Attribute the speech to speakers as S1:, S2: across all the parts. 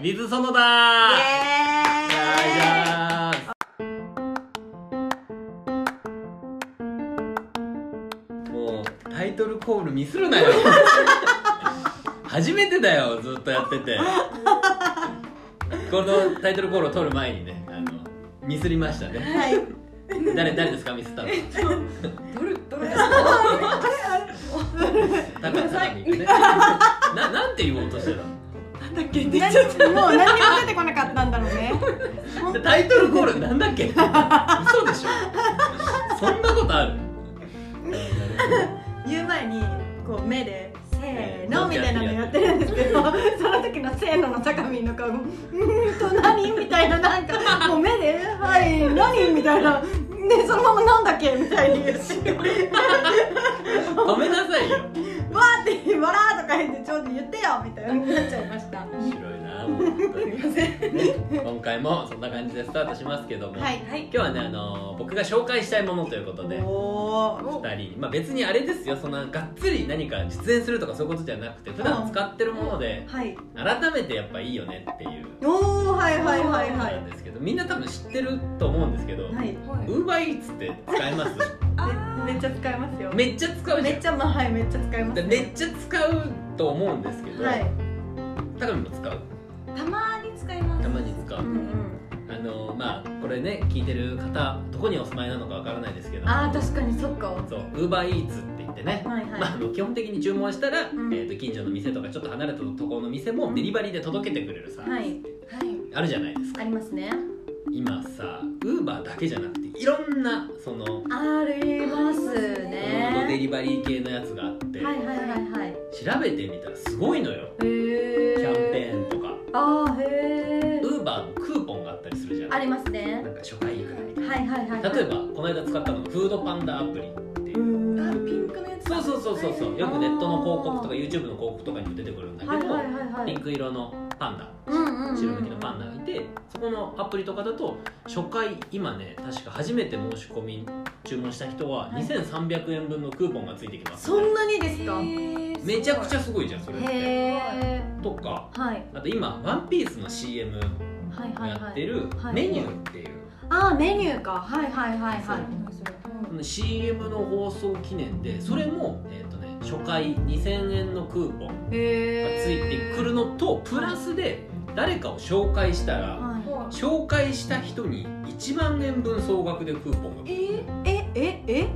S1: リズソノだーじ
S2: エーイ
S1: ゃーじゃーもうタイトルコールミスるなよ 初めてだよずっとやっててこのタイトルコールを取る前にねあのミスりましたね
S2: はい
S1: 誰誰ですかミスったの
S3: どれどれ
S1: 高見高見ねななんて言おうとしてたの
S3: なんだっけ
S2: 何もう何にも出てこなかったんだろうね
S1: でタイトルコールなんだっけ嘘でしょそんなことある
S3: 言う前にこう目で
S2: せーのみたいなのやってるんですけどその時のせーのの高見の顔が「うーんと何?」みたいななんかもう目で「はい何?」みたいなでそのまま「なんだっけ?」みたいに言って
S1: ごめんなさいよ
S2: 「わ」って「わら」とか言ってちょうど言ってよみたいになっちゃいましたは
S1: 面白いなもう本当に
S3: すいません
S1: 今回もそんな感じでスタートしますけども、
S2: い
S3: はい
S1: 今日はねあのー僕が紹介したいものということで
S2: おお
S1: 2人、まあ、別にあれですよそんながっつり何か実演するとかそういうことじゃなくて普段使ってるもので
S3: はい
S1: 改めてやっぱいいよねっていう
S2: おおはいはいはい
S1: こと
S2: は
S1: ないんですけどみんな多分知ってると思うんですけど、
S2: はい
S1: ウーバーイーツって使えます
S2: めめっちゃ使いますよ
S1: めっちゃ使うじ
S2: め
S1: ゃ
S2: っ
S1: ん
S2: ちゃまあはいめっちゃ使いま
S1: ですめっちゃ使うと思うんですけど、
S2: はい
S1: 高見も使う
S3: たまに使います
S1: たまに使
S2: う
S1: う、
S2: んうん
S1: あのまあこれね聞いてる方どこにお住まいなのかわからないですけど
S2: あー確かにそっかは
S1: そう UberEats って言ってね、
S2: いはい
S1: まあ、あの基本的に注文したら、
S2: うん
S1: えー、と近所の店とかちょっと離れたところの店もデリバリーで届けてくれるさ、
S2: はい
S3: はい
S1: あるじゃないですか
S2: ありますね
S1: 今さ Uber だけじゃなくていろんなそのフ
S2: あります
S1: ードデ
S2: ね
S1: リバリー系のやつがあって、
S2: はいはいはいはいへ
S1: 調べてみたらすごいのよ
S2: え
S1: キャンペーンとか
S2: あーへえ
S1: Uber のクーポンがあったりするじゃな
S2: あ
S1: い
S2: りますね
S1: なんか初回いくらみたい
S2: はいはいはい
S1: な
S2: はい
S1: 例えばこの間使ったのがフードパンダアプリっていうう
S2: ーん
S3: あピンクのやつ
S1: そうそうそうそうそうよくネットの広告とか
S2: あ
S1: YouTube の広告とかにも出てくるんだけど、
S2: はいはいはいは
S1: ピ
S2: い
S1: ンク色のパンダ
S2: うんうんうん
S1: 白抜きのパンダがいてそこのアプリとかだと初回今ね確か初めて申し込み注文した人は
S2: はい
S1: 2300円分のクーポンがついてきます、
S2: そんなにですか
S3: す
S1: めちゃくちゃすごいじゃんそれっ
S2: へ
S1: て
S2: え
S1: とか
S2: はい
S1: あと今「ワンピースの CM
S2: はい
S1: を
S2: はい
S1: や
S2: は
S1: って
S2: い
S1: る
S2: はい
S1: メニューっていう、
S2: ああメニューかはいはいはいはい
S1: その CM の放送記念でそれも、えーとね、初回2000円のクーポンが
S2: へえ
S1: ついてくるのとプラスで誰かを紹介したら
S2: は
S1: 紹介した人に1万円分総額でクーポンが
S3: えー
S2: いええええ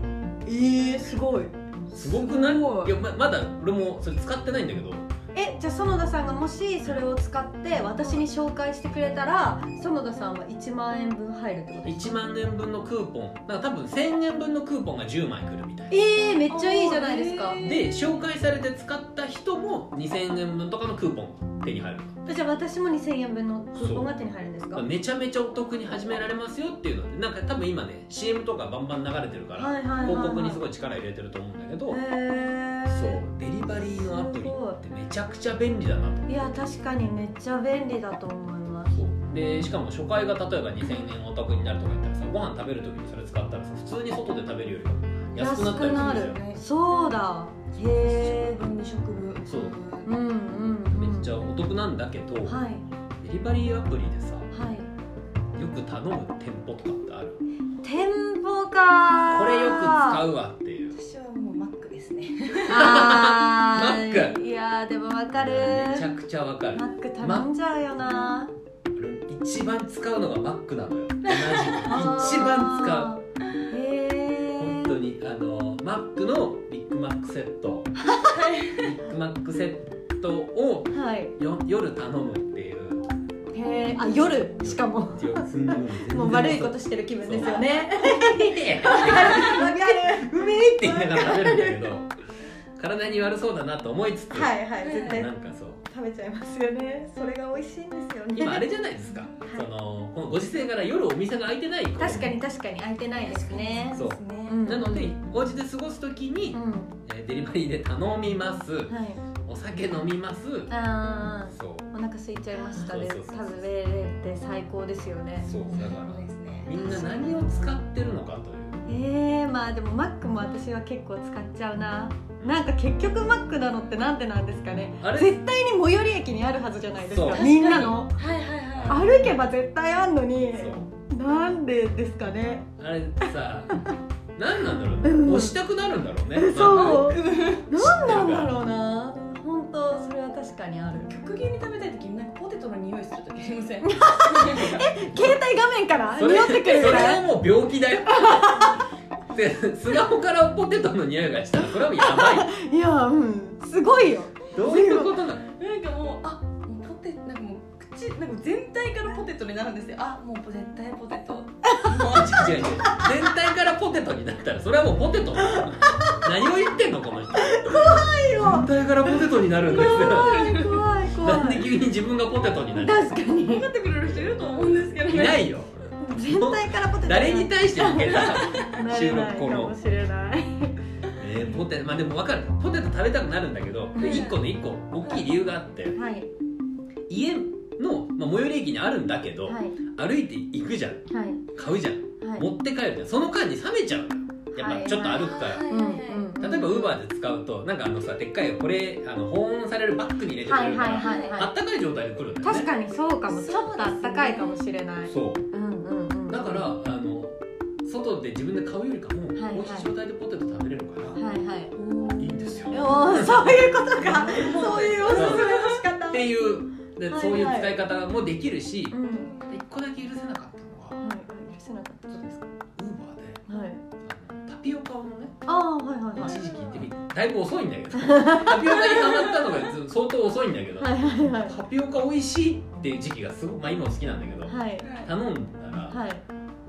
S2: えー、すごい
S1: すごくない
S2: すごい
S1: いやままだ俺もそれ使ってないんだけど
S2: えじゃあ園田さんがもしそれを使って私に紹介してくれたら園田さんは1万円分入るってことです
S1: 1万円分のクーポンだから多分1000円分のクーポンが10枚くるみたいな
S2: えー、めっちゃいいじゃないですか
S3: え
S1: で紹介されて使った人も2000円分とかのクーポン手に入る
S2: じゃあ私も2000円分のクーポンが手に入るんですか
S1: まあ
S2: はい
S1: めちゃめちゃお得に始められますよっていうのでなんか多分今ね CM とかバンバン流れてるから、
S2: はいはい
S1: 広告にす
S2: い
S1: ごい力入れてると思うんだけど、
S2: へえ
S1: そうデリバリーのアプリってめちゃくちゃ便利だなと
S2: いや確かにめっちゃ便利だと思います
S1: そうでしかも初回が例えば2000円お得になるとか言ったらさご飯食べる時にそれ使ったらさ普通に外で食べるよりも安くなったりするじゃん
S3: ね
S2: そうだへえ
S3: 分2食分
S1: そう
S2: うんうん、うん、
S1: めっちゃお得なんだけど、
S2: はい
S1: デリバリーアプリでさよ
S2: はい
S1: く頼む店舗とかってある
S2: 店舗か
S1: これよく使
S2: う
S1: うわっていう
S3: 私はもうマックですね
S2: あー
S1: マック
S2: いやーでもわかる
S1: めちゃくちゃわかる
S2: マック頼んじゃうよな
S1: 一番使うのがマックなのよ同じく
S2: あー
S1: 一番使う
S2: へえ
S1: 本当にあのマックのビッグマックセットビッグマックセットを
S2: はい
S1: よ夜頼むっていう
S2: へえあ夜しかももう悪いこと
S1: し
S2: してる気分ですよね
S1: て
S2: わかる
S1: うめえって言いながら食べるんだけど体に悪そうだなと思いつつ、
S2: はいはい絶対
S1: なんかそう
S2: 食べちゃいますよねそれが美味しいんですよね
S1: 今あれじゃないですか、そのこのご時世から夜お店が開いてない頃
S2: 確かに確かに空いてないですね
S1: そう
S3: ですね
S2: うん
S1: なのでお家で過ごす時に、
S2: うん
S1: えーデリバリーで頼みます
S2: はい
S1: お酒飲みます
S2: あ
S1: そう
S2: ーお腹空いちゃいましたで
S1: そうそうそう
S2: 食べれて最高ですよね
S1: そうだか
S3: そう
S1: ら
S3: ですね
S1: みんな何を使ってるのかという
S2: えー、まあでもマックも私は結構使っちゃうななんか結局マックなのってなんでなんですかね
S1: あれ
S2: 絶対に最寄り駅にあるはずじゃないです
S1: そ
S2: か
S1: う
S2: みんなの
S3: 確かにはいはいは
S2: 歩けば絶対あんのに
S1: そう
S2: なんでですかね
S1: あれさ何なんだろうね押したくなるんだろ うね
S2: そう
S1: なん
S2: なんだろうな本当それは確かにある
S3: い極限に食べたい時になんかポテトの匂いする時ありません
S2: 携帯画面から
S1: それ
S2: 匂ってくる
S1: そ
S2: ぐ
S1: れ
S2: ら
S1: はいもう病 気だよでスマホからポテトの匂いがしたらそれはやばい
S2: いやうんすごいよ
S1: どういうことなの
S3: なんかもうあもうポテなんかもう口なんか全体からポテトになるんですよあもう絶対ポテトもう
S1: 違う違う全体からポテトになったらそれはもうポテト何を言ってんのこの人
S2: よ
S1: 全体からポテトになるんですよ
S2: 怖い怖い怖
S1: なんで
S2: い
S1: 急に自分がポテトになる
S2: 確かに
S3: 分かってくれる人いると思うんですけどね
S1: いないよ
S2: 全体からポテト
S1: 誰に対して向けた
S2: なれないかもしれない
S1: えーポテまあでも分かるポテト食べたくなるんだけど
S3: うん
S1: 1個の1個大きい理由があって
S2: はい
S1: 家の、まあ、最寄り駅にあるんだけど、
S2: はい
S1: 歩いて行くじゃん
S2: はい
S1: 買うじゃん
S2: はい
S1: 持って帰るじゃんその間に冷めちゃうのやっぱちょっと歩くから、
S3: はい
S2: うんうん
S1: 例えばウーバーで使うとなんかあのさでっかいこれあの保温されるバッグに入れてく
S2: は
S1: れる
S2: い
S1: から、
S2: はいはい
S1: あ
S2: は
S1: ったかい状態で来るんだ
S2: い
S1: よね
S2: 確かにそうかもちょっとあったかいかもしれない
S1: そう
S2: うんうんうん
S1: だからあの外で自分で買うよりかも、
S2: いはい
S1: こういう状態でポテト食べれるから、
S2: はいはい
S1: い、いんですよ
S2: おーそういうことかそういうおすすめの仕
S1: っ
S2: 方
S1: ていうで、
S2: はいはい
S1: そういう使い方もできるし
S2: うん
S1: 一個だけ許せなかったのは
S2: はい許せなかったですか
S1: ウーバーで
S2: はい
S1: あのタピオカのね
S2: ああはいはいはい
S1: 一時期行ってみてだいぶ遅いんだけ どタピオカにハマったのがず相当遅いんだけど、
S2: はいはいはい
S1: タピオカ美味しいっていう時期がすごいまあ今も好きなんだけど、
S2: はい
S1: 頼んだら、
S2: はい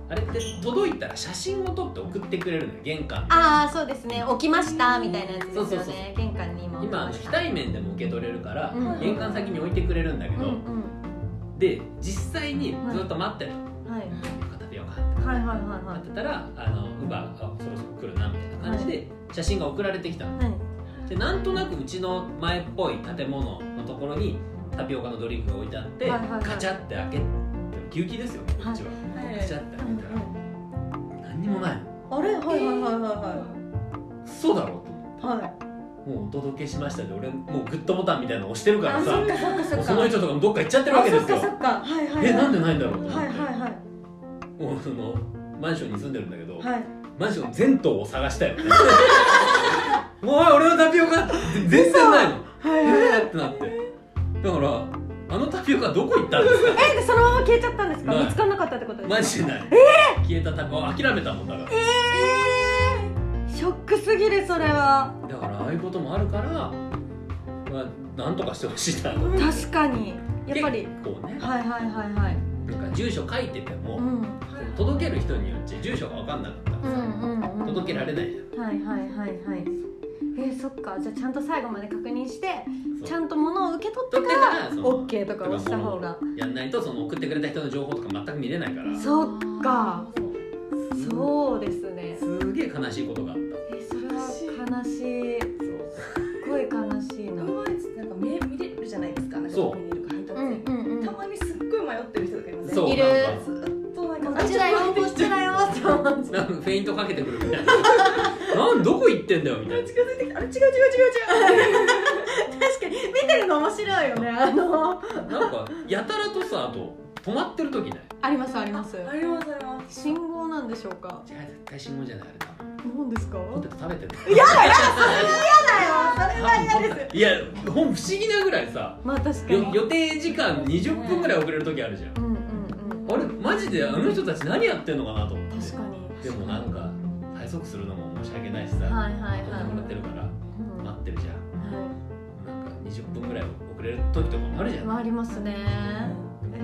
S1: あれって届いたら写真を撮って送ってくれるのよ玄関
S2: ああそうですね置きましたみたいなやつですよね
S1: そうそうそう
S2: 玄関に今置き
S1: 今あ
S2: ま
S1: の
S2: し
S1: 非
S2: た
S1: 対面でも受け取れるから、
S2: うん
S1: 玄関先に置いてくれるんだけ
S2: う
S1: ど、
S2: んうん
S1: で実際にずっと待ってる、
S2: はいはい
S1: タピオカって
S2: はいはいは
S1: 待ってたらあのウバがそろそろ来るなみたいな感じで写真が送られてきたの
S2: いはい
S1: でなんとなくうちの前っぽい建物のところにタピオカのドリンクが置いてあって、
S2: はいはいはい
S1: ガチャって開けてぎゅうぎゅうですよこっちは、
S3: はい
S1: ガチャって開けたら、
S2: う
S1: 何にもないの
S2: んうんあれはいはいはいはいはい
S1: そうだろうと
S2: はい。
S1: もうお届けしましたで俺もうグッドボタンみたいなの押してるから
S2: あ、そ
S1: さ
S2: っかそっかそっ
S1: も
S2: か。
S1: うその人とかもどっか行っちゃってるわけ
S2: あ、
S1: で
S2: そっ
S1: すよ
S2: かそっか。はいはいはい。
S1: えなんでないんだろうと思って、
S2: はいはいはい。
S1: もうそのマンションに住んでるんだけど、
S2: はい。
S1: マンション全棟を探したよ もう俺のタピオカ全然ないの
S2: はいはいはい。
S1: えーってなってだからあのタピオカどこ行ったんですか
S2: え、でそのまま消えちゃったんです
S1: ない
S2: か。見つからなかったってことですか。
S1: マジでない、消えたタピオカ諦めたもんだから
S2: えーショックすぎるそれは。
S1: だからああいうこともあるから、まあ、なんとかしてほしいなや
S2: 確かに。やっぱり。
S1: 結構ね
S2: はいはいはいはい。
S1: なんか住所書いてても、
S2: うん。
S1: 届ける人によって住所が分かんなかったら
S2: う
S1: さ、
S2: んうんうん。
S1: 届けられないじ
S2: はいはいはいはい。えー、そっか。じゃあちゃんと最後まで確認して、
S1: ゃん
S2: ちゃんと物を受け取ってか
S1: 取ってからそ
S2: ら、
S1: の
S2: オッケーとか押した方が。
S1: やんないとその送ってくれた人の情報とか全く見れないから
S2: そっかそうですね。
S1: すげえ悲しいことがあっ
S2: えー、それは悲しい。すごい悲しいな。
S3: ウーバーイーツってなんか目見れるじゃないですかなんか
S1: そう
S3: どこにいるか配達員
S2: んうん
S3: たまにすっごい迷ってる人とかいますね
S1: そう
S2: いる
S1: なんか
S3: ずっとなん
S2: こ
S3: か
S2: っちだよこっちだよって思っ
S1: そう
S2: て
S1: なんかフェイントかけてくるみたいな なんどこ行ってんだよみたいな
S3: 近づいてきてあれ違う違う違う違う
S2: 確かに見てるの面白いよねあの
S1: なんかやたらとさあと止まってる時ない
S2: ありますあります
S3: ありますあります
S2: 信号なんでしょうか
S1: 違う絶対信号じゃないあれだ
S2: 何ですか
S1: ポテト食べてる
S2: やだやだそれは嫌だよそれは嫌です
S1: いやほん不思議なぐらいさ
S2: まあ確かに
S1: よ予定時間20分ぐらい遅れる時あるじゃん
S2: うんうんうん
S1: あれマジであの人たち何やってんのかなと思って
S2: 確かに
S1: でもなんか催促するのも申し訳ないしさ、
S2: はいはい
S1: や
S2: は
S1: って
S2: い
S1: もらってるから
S2: うんは
S1: 待ってるじゃんなんか20分ぐらい遅れる時とかもあるじゃ
S2: い
S1: ん、だか
S2: 回りますね
S1: ら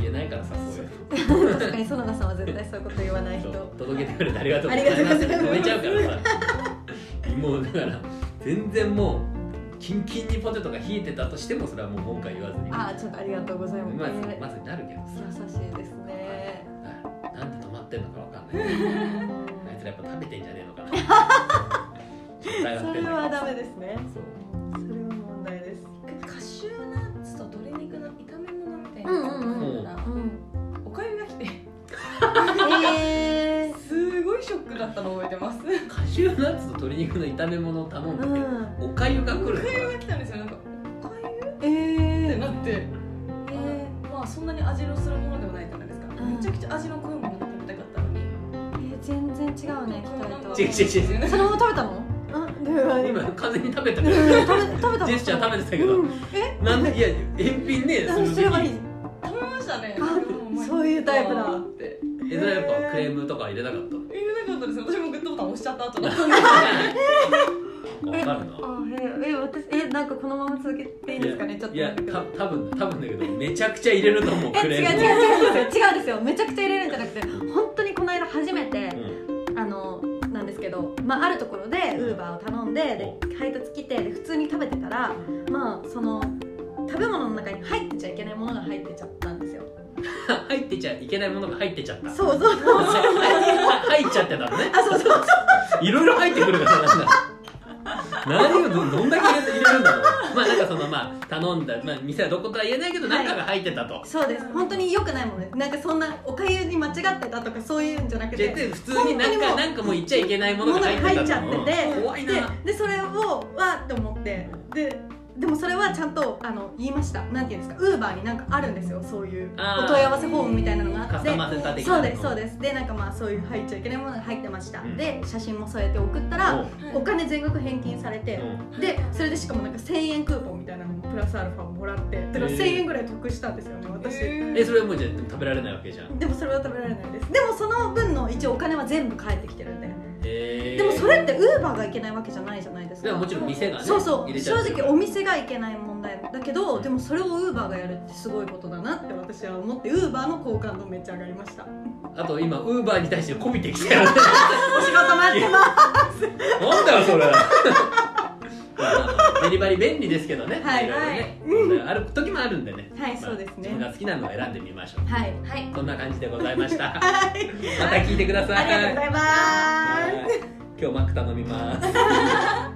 S1: 言えないからさそういう
S2: 確かに園田さんは絶対そういうこと言わない人
S1: そう届けてくれてありがとうございますって止めちゃうからさもうだから全然もうキンキンにポテトが冷えてたとしてもそれはもう文句は言わずに
S2: あーちょっとありがとうござい
S1: ま
S2: ます
S1: ずまずになるけど
S2: 優
S1: さ
S2: しいですね
S1: はいなんで止まってんのかわかんないあいつらやっぱ食べてんじゃねえのかな
S2: それはダメですね
S1: そう
S2: それは問題です
S3: カシューナッツと鶏肉の炒め物みたいな
S2: うんうん
S1: うん
S3: おかゆが来て
S2: えー、
S3: すごいショックだっったの覚えてます。
S1: カシューナッツと鶏肉の炒め物を頼んだけど、
S2: ん
S1: おかゆが来る
S3: おかゆ
S1: の
S3: が来たんですよ。なんかおかゆっ
S2: え
S3: て
S2: ー
S3: なって、
S2: え
S3: まあそんなに味のするものでもないじゃないですか。
S2: うん
S3: めちゃくちゃ味の濃いものが食べたかったのに。
S2: ーえー全然違うね
S1: 違
S2: 期
S1: う
S2: 待
S1: 違う違
S2: と
S3: う。
S2: そのまま食べたのあどういうあれ
S1: 今完全に食べた
S2: う
S1: か
S2: ん
S1: ら
S2: 食べ食べたの
S1: ジェスチャー食べてたけど、
S2: うんえ
S1: なんでいや返品ね
S2: 何すればいい
S3: 食べましたね。
S2: あ
S3: もも
S2: そういうタイプだ
S3: って。
S1: えそれはやっぱクレームとか入れなかったの
S3: 言えなかったですよ。私もグッドボタン押しちゃった後だったんで。
S1: わかるな
S2: あええ私えなんかこのまま続けていいんですかねちょっと
S1: いや
S2: なん
S1: た
S2: か
S1: 多分多分だけどめちゃくちゃ入れると思う
S2: え
S1: クレ
S2: 違う違
S1: ーム
S2: う違うんですよ違うんですよめちゃくちゃ入れるんじゃなくて本当にこの間初めて、あのなんですけど、まあ、あるところでウーバーを頼んでで配達来てで普通に食べてたらまあその食べ物の中に入ってちゃいけないものが入ってちゃったんですよ
S1: うん入ってちゃいけないものが入ってちゃった
S2: そうそうそ う
S1: 入っちゃってたのね
S2: あそうそう
S1: いろいろ入ってくるから話だ何をどどんだけ入れ入れるんだろうまあなんかそのまあ頼んだ、まあ、店はどことは言えないけど
S2: はい
S1: 中が入ってたと、
S2: そうです本当に良くないものですなんかそんなおかゆに間違ってたとかそういうんじゃなく
S1: で
S2: て
S1: 普通になんか
S2: 本当にもう
S1: なんかもう言っちゃいけないものが入ってたと
S2: ものが入っちゃってて
S1: うん怖いな
S2: ででそれをわーって思ってででもそれはちゃんとあの言いましたなんていうんですかウーバーになんかあるんですよそういう
S1: あー
S2: お問い合わせフォームみたいなのがあ
S1: カ
S2: っ
S1: ス
S2: て
S1: タマーセンター的な
S2: そうですそうですでなんかまあそういう入っちゃいけないものが入ってました、
S1: うん
S2: で写真も添えて送ったらお金全額返金されて、でそれでしかもなんか1000円クーポンみたいなのもプラスアルファもらってだから
S1: へー
S2: 1000円ぐらい得したんですよね私、
S1: うん
S3: え
S1: えそれはもうじゃあでも食べられないわけじゃん
S2: でもそれは食べられないですでもその分の一応お金は全部返ってきてるんで、
S1: えー、
S2: でもそれってウーバーがいけないわけじゃないじゃないです
S1: で
S2: か
S1: ももちろん店がね
S2: そうそう
S1: 入れち
S2: 正
S1: ゃってる
S2: 直お店がいけない問題だけどでもそれをウーバーがやるってすごいことだなって私は思ってウーバーの好感度めっちゃ上がりました
S1: あと今ウーバーに対して媚びてきたよね
S2: お仕 事待ってます
S1: なんだよそれまあまあまあデリバリー便利ですけどね、
S2: はい
S1: ろろね問題ある時もあるんでね、
S2: はい
S1: まあ
S2: そうです
S1: 自分
S2: ね
S1: が好きなのを選んでみましょう
S2: はい
S3: はい。
S1: こんな感じでございましたま
S2: はい
S1: た聞いてください
S2: ありがとうございます
S1: はい今日マック頼みます